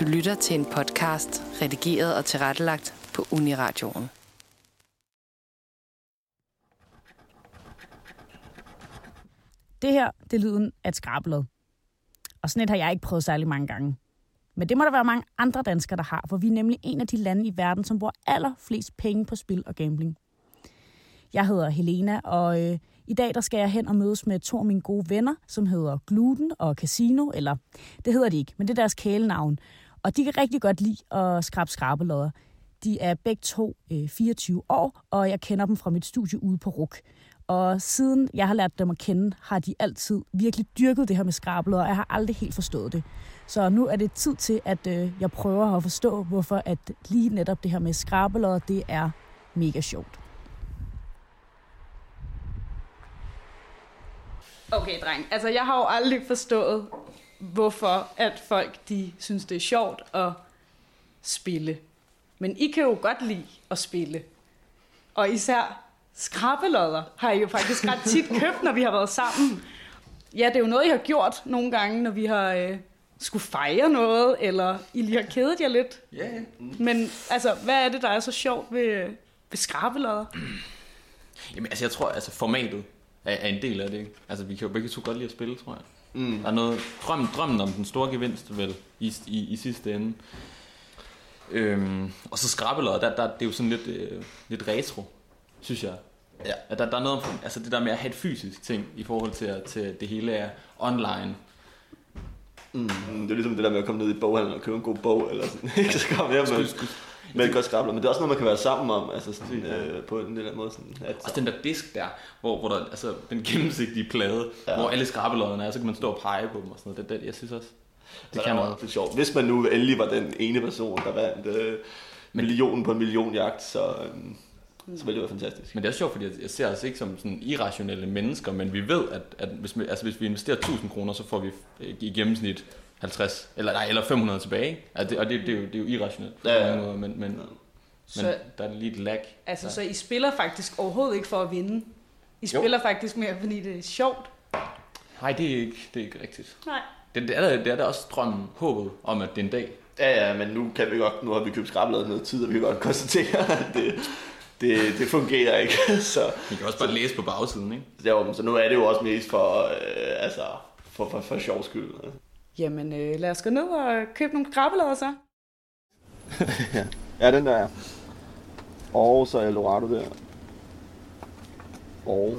Du lytter til en podcast, redigeret og tilrettelagt på Uniradioen. Det her, det er lyden af et skrabelet. Og sådan et har jeg ikke prøvet særlig mange gange. Men det må der være mange andre danskere, der har, for vi er nemlig en af de lande i verden, som bruger allerflest penge på spil og gambling. Jeg hedder Helena, og øh, i dag der skal jeg hen og mødes med to af mine gode venner, som hedder Gluten og Casino, eller det hedder de ikke, men det er deres kælenavn. Og de kan rigtig godt lide at skrabe skrabelodder. De er begge to øh, 24 år, og jeg kender dem fra mit studie ude på RUK. Og siden jeg har lært dem at kende, har de altid virkelig dyrket det her med skrabelodder, og jeg har aldrig helt forstået det. Så nu er det tid til, at øh, jeg prøver at forstå, hvorfor at lige netop det her med skrabelodder, det er mega sjovt. Okay, dreng. Altså, jeg har jo aldrig forstået, hvorfor at folk, de synes, det er sjovt at spille. Men I kan jo godt lide at spille. Og især skrabelodder har I jo faktisk ret tit købt, når vi har været sammen. Ja, det er jo noget, I har gjort nogle gange, når vi har øh, skulle fejre noget, eller I lige har kedet jer lidt. Ja, Mm. ja. Men altså, hvad er det, der er så sjovt ved, øh, ved skrabelodder? Jamen, altså, jeg tror, altså formatet er, er en del af det, ikke? Altså, vi kan jo begge to godt lide at spille, tror jeg. Mm. Der er noget drøm, drømmen om den store gevinst, vel, i, i, i sidste ende. Øhm, og så skrabbeløjet, der, der, det er jo sådan lidt, øh, lidt retro, synes jeg. Ja. At der, der er noget om, altså det der med at have et fysisk ting, i forhold til, at, til at det hele er online. Mm, det er ligesom det der med at komme ned i boghandlen og købe en god bog, eller sådan. Ikke så kom hjem med, Skulle- skulle- med et godt skrabler. Men det er også noget, man kan være sammen om, altså sådan, øh, på en eller anden måde. Sådan, at, Også Altså, den der disk der, hvor, hvor der, altså den gennemsigtige plade, ja. Ja. hvor alle skrabbelødderne er, så kan man stå og pege på dem og sådan noget. Det, det, jeg synes også, det så kan er noget. Det er sjovt. Hvis man nu endelig var den ene person, der vandt øh, millionen på en millionjagt, så, øh, så ville det være fantastisk. Men det er også sjovt, fordi jeg- jeg ser os ikke som sådan irrationelle mennesker, men vi ved, at, at hvis, vi, altså hvis vi investerer 1000 kroner, så får vi øh, i gennemsnit 50, eller, nej, eller 500 tilbage. ikke? Altså det, og det, det, er jo, det er jo irrationelt på Ja, ja. mange måder, men, men, men Så- der er lige et lag. Altså, Ja. så I spiller faktisk overhovedet ikke for at vinde. I Jo. spiller jo. faktisk mere, fordi det er sjovt. Nej, det er ikke, det er ikke rigtigt. Nej. Det, det, er, da- det er da også drømmen, håbet om, at det er en dag. Ja, ja, men nu kan vi godt, nu har vi købt skrabladet noget tid, og vi kan godt konstatere, at det, det, det fungerer ikke. Så, Vi kan også bare læse på bagsiden, ikke? jo, så nu er det jo også mest for, øh, altså, for, for, for sjov skyld. Jamen, øh, lad os gå ned og øh, købe nogle krabbelader så. Ja, den der er. Og så Eldorado der. Og...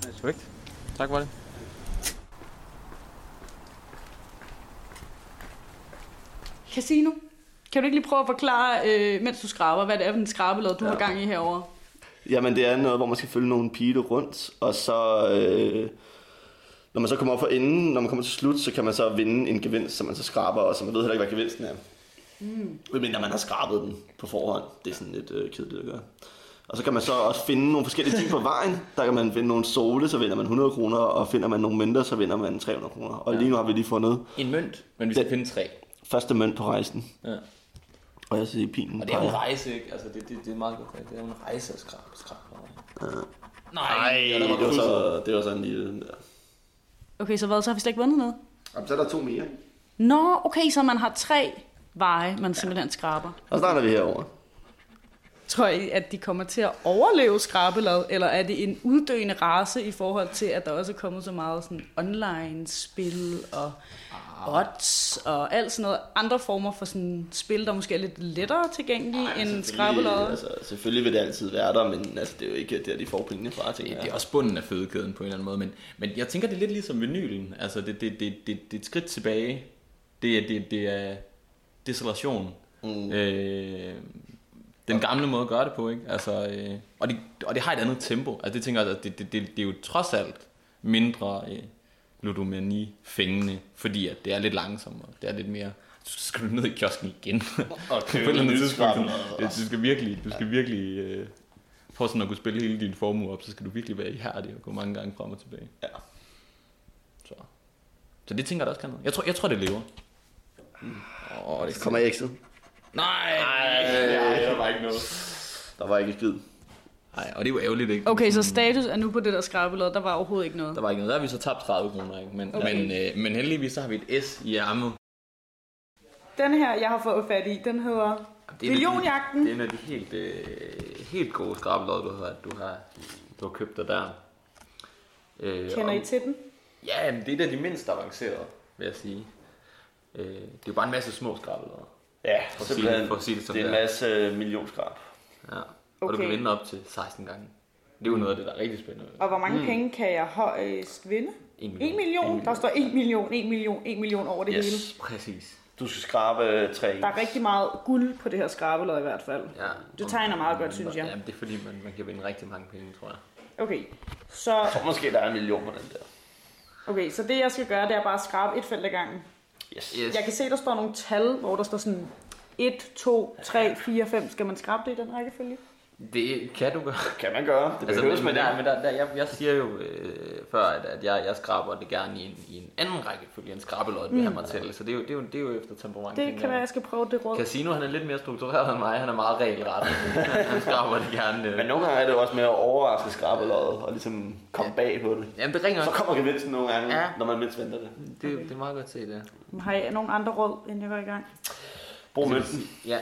Perfekt. Tak for det. Casino. Kan du ikke lige prøve at forklare, øh, mens du skraber, hvad det er for en skrabelod, du ja. har gang i herovre? Jamen, det er noget, hvor man skal følge nogle pile rundt, og så... Øh, når man så kommer op for enden, når man kommer til slut, så kan man så vinde en gevinst, som man så skraber, og så man ved heller ikke, hvad gevinsten er. Mm. Medmindre man har skrabet den på forhånd. Det er sådan lidt øh, kedeligt at gøre. Og så kan man så også finde nogle forskellige ting på vejen. Der kan man finde nogle sole, så vinder man 100 kroner, og finder man nogle mønter, så vinder man 300 kroner. Og lige nu har vi lige fundet En mønt, men vi skal Det- finde tre. første mønt på rejsen. Ja. Og jeg siger pilen. Og det er jo peger- en rejse, ikke? Altså, det, det, det er meget godt. Det er jo en rejse at skrabe, skrabe. Nej, det var, så, det var så en lille... Ja. Okay, så hvad? Så har vi slet ikke vundet noget? Jamen, så er der to mere. Nå, okay, så man har tre veje, man simpelthen skraber. Og starter vi herover. Tror I, at de kommer til at overleve skrabelad, eller er det en uddøende race i forhold til, at der også er kommet så meget sådan online-spil og odds og alt sådan noget? Andre former for sådan spil, der måske er lidt lettere tilgængelige Ej, end skrabelad? Altså, selvfølgelig vil det altid være der, men altså, det er jo ikke der, de får pengene fra, tænker Det, jeg. det er også bunden af fødekæden på en eller anden måde, men, men jeg tænker, det er lidt ligesom vinylen. Altså, det, det, det, det, det er et skridt tilbage. Det, er- det, det er distillation. Mm. Øh, den gamle måde at gøre det på, ikke? Altså, øh, og, det, og det har et andet tempo. Altså, det tænker jeg, at det, det, det, det er jo trods alt mindre øh, ludomani-fængende, fordi at det er lidt langsommere. Det er lidt mere så skal du ned i kiosken igen. Og købe På et eller andet nyt tidspunkt. skrammel. Det- Du skal virkelig, du skal virkelig øh, for sådan at kunne spille hele din formue op, så skal du virkelig være ihærdig og gå mange gange frem og tilbage. Ja. Så, så det tænker jeg da også kan noget. Jeg tror, jeg tror det lever. Åh, det Kommer jeg ikke Nej! Nej, der var ikke noget. Der var ikke et skid. Nej, og det er jo ærgerligt, ikke? Okay, så Sådan, status er nu på det der skrabelod. Der var overhovedet ikke noget. Der var ikke noget. Der har vi så tabt 30 kroner, ikke? Men, Okay. okay. men, øh, men heldigvis så har vi et S i ærmet. Den her, jeg har fået fat i, den hedder en af de- Millionjagten. Det er en af de helt, øh, helt gode skrabelod, du har, du har, du har købt dig der. Øh, Kender og- I til den? Ja, men det er da de mindst avancerede, vil jeg sige. Øh, det er jo bare en masse små skrabelodder. Ja, For at sige simpelthen. det- for at sige det som det er en det er. masse øh, millionskrab. Ja. Okay. Og du Okay. kan vinde op til 16 gange. Det er jo noget af det, der er rigtig spændende. Og hvor mange mm. penge kan jeg højst vinde? En 1 million. Der står 1 million, 1 million, 1 million over det yes. hele. Yes, præcis. Du skal skrabe øh, tre. Der er rigtig meget guld på det her skrabelod i hvert fald. Ja. Du tegner meget godt, synes jeg. Jamen, det er fordi, man, man kan vinde rigtig mange penge, tror jeg. Okay. Så, Jeg tror måske, der er en million på den der. okay, så det jeg skal gøre, det er bare at skrabe et felt ad gangen. Yes. Yes. Jeg kan se, der står nogle tal, hvor der står sådan 1, 2, 3, 4, 5. Skal man skrabe det i den rækkefølge? Det kan du gøre. Kan man gøre. Altså, Det behøves altså, men, man men, ikke. der, men der, der, jeg, jeg siger jo øh, før, at, at jeg, jeg skraber det gerne i en, i en anden rækkefølge end skrabeløjet, vil have mig til. Så det er jo, det er jo, det er jo efter temperament. Mm. Det tænker kan være, jeg. jeg skal prøve det råd. Casino, han er lidt mere struktureret end mig. Han er meget regelret. han skraber det gerne. Men Øh. nogle gange er det jo også med at overraske skrabeløjet og ligesom komme bag på det. Jamen, det ringer Så også. kommer gevinsten nogle gange, Ja. når man mindst venter det. Det, det er meget godt set, ja. Har I nogen andre råd, inden jeg går i gang? Brug mønten. Ja.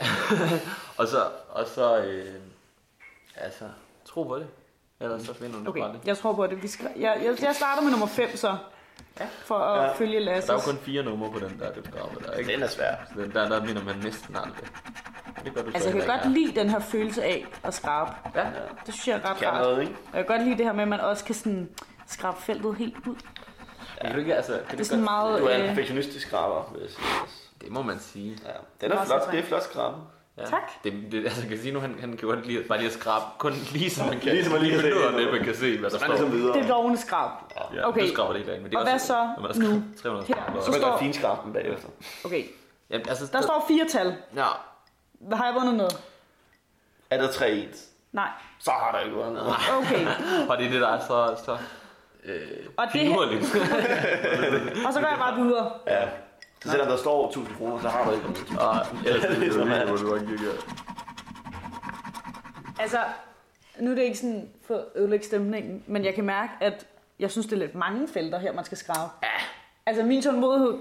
og så, og så øh, altså, tro på det. Ellers så finder du okay. Okay, det fra det. jeg tror på det. Vi skal, jeg, jeg, jeg starter med nummer 5 så, for at Ja. følge Der er jo Lasse. kun fire numre på den der, det skraber der, ikke? Den er svær. Så Den der, der vinder man næsten aldrig. Det gør du så Altså, jeg heller kan godt ikke. lide den her følelse af at skrabe. Ja. Det synes jeg er ret Kan rart. noget, ikke? Og jeg kan godt lide det her med, at man også kan sådan skrabe feltet helt ud. Det Kan du ikke, altså, kan det er sådan meget... Du er en øh, perfektionistisk skraber, vil jeg sige. Det må man sige. Ja. Den er Også flot. tak. Det er flot skrabe. Ja. Tak. Det, det, altså Casino, han, han kan godt lide, bare lige at skrabe, kun lige så man kan. Lige så man lige kan se kan det. det, man kan se, hvad der Så man ligesom står. videre. det er lovende skrab. Ja, Okay. Du skraber det hele af, men det er Og også, hvad så når man nu? har skrevet 300 Her, skraber. Så man står- gør finskraben bagefter. Okay, Ja, altså, der står fire tal. Ja, Har jeg vundet noget? Er der tre ens, Nej. så har der ikke været noget. Okay. og det er det, der er så, så Og, det her, finurligt. og så går jeg bare videre. Ja. Så selvom der står 1000 kroner, så har du ikke noget. og ellers er det jo Ligesom, lige, ja. hvor du ikke gør. Altså, nu er det ikke sådan for at ødelægge stemningen, men jeg kan mærke, at jeg synes, det er lidt mange felter her, man skal skrave. Ja. Altså, min tålmodighed,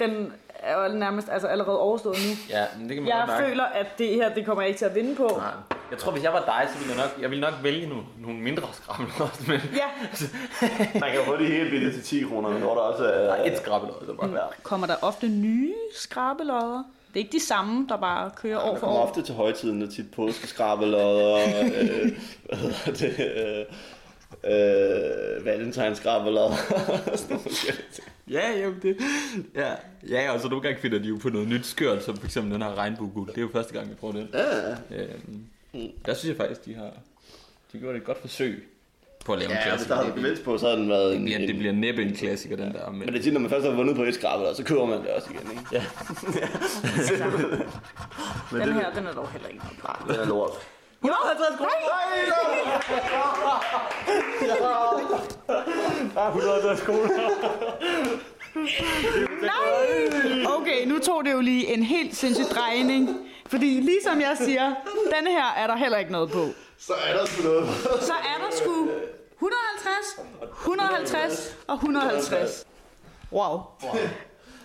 den er jo nærmest altså, allerede overstået nu. Ja, men det kan man Jeg godt mærke. føler, at det her, det kommer jeg ikke til at vinde på. Nej. Jeg tror, hvis jeg var dig, så ville jeg nok, jeg ville nok vælge nogle, nogle mindre skrammel også, men Ja, Man kan jo få det hele billigt til 10 kroner, men hvor der også er... et skrammel også bare. Ja. kommer der ofte nye skrabelodder? Det er ikke de samme, der bare kører år Jeg for kommer år. ofte til højtiden, og tit påskeskrabbelod og øh, hvad hedder det, øh, øh, valentinskrabbelod. Ja, jamen det. Ja, ja og så nogle gange finder de jo på noget nyt skørt, som for eksempel den her regnbueguld. Det er jo første gang, vi prøver den. Ja. Øhm, der synes jeg faktisk, de har de gjorde et godt forsøg på at lave en ja, hvis klassiker. der havde det, gevinst på, så havde den været en, bliver, det en, bliver næppe en klassiker, den der. Men, Men det er tit, når man først har vundet på et skrabbelod, så køber man det også igen, ikke? ja. Den her, den er dog heller ikke noget på. Det er lort. Jo, Der er 150 kroner. Nej! Okay, nu tog det jo lige en helt sindssyg drejning. Fordi ligesom jeg siger, den her er der heller ikke noget på. Så er der sgu noget. Så er der sgu 150, 150 og 150. Wow.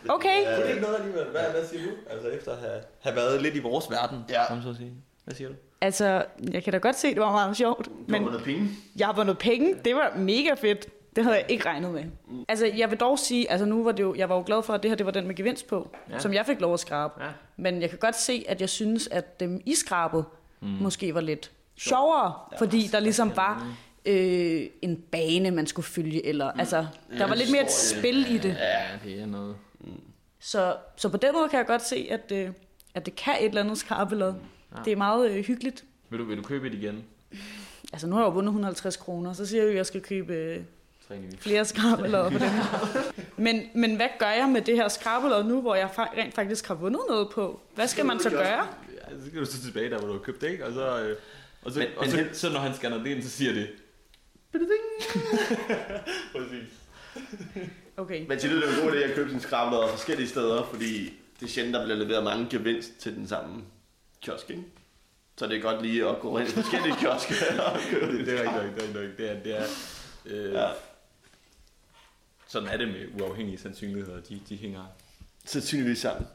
Okay, Det er ikke noget alligevel. Hvad, hvad siger du? Altså efter at have, have været lidt i vores verden, Ja. kan man så sige. Hvad siger du? altså jeg kan da godt se, det var meget sjovt. Men penge. jeg har vundet penge, det var mega fedt. Det havde jeg ikke regnet med. Altså jeg vil dog sige, altså nu var det jo, jeg var jo glad for, at det her det var den med gevinst på, Ja. som jeg fik lov at skrabe. Ja. Men jeg kan godt se, at jeg synes, at dem i skrabet mm. måske var lidt sjovere, ja, fordi der ligesom var øh, en bane, man skulle følge, eller mm. altså, der var lidt mere et spil i det. Ja, det er noget. Så, så på den måde kan jeg godt se, at, øh, at det kan et eller andet skrabelod. Mm. Ja. Det er meget øh, hyggeligt. Vil du, vil du købe et igen? Altså nu har jeg jo vundet 150 kroner, så siger jeg jo, at jeg skal købe øh, Træning i- flere skrabelod på den her. men, men hvad gør jeg med det her skrabelod nu, hvor jeg fa- rent faktisk har vundet noget på? Hvad skal man så gøre? Ja, så skal du så tilbage der, hvor du har købt det, ikke? Og så, øh, og så, Men- og men så, helt- så, når han scanner det ind, så siger det... Præcis. Okay. Men til det er det en god idé at købe sine skrabbelod forskellige steder, fordi det er sjældent, der bliver leveret mange gevinst til den samme kiosk, ikke? Så det er godt lige at gå ind i forskellige kiosker. og købe det, det er rigtig nok, det er rigtig nok. Det er, det er, øh, Ja. ja. Sådan er det med uafhængige sandsynligheder. De, de hænger Sandsynligvis sammen.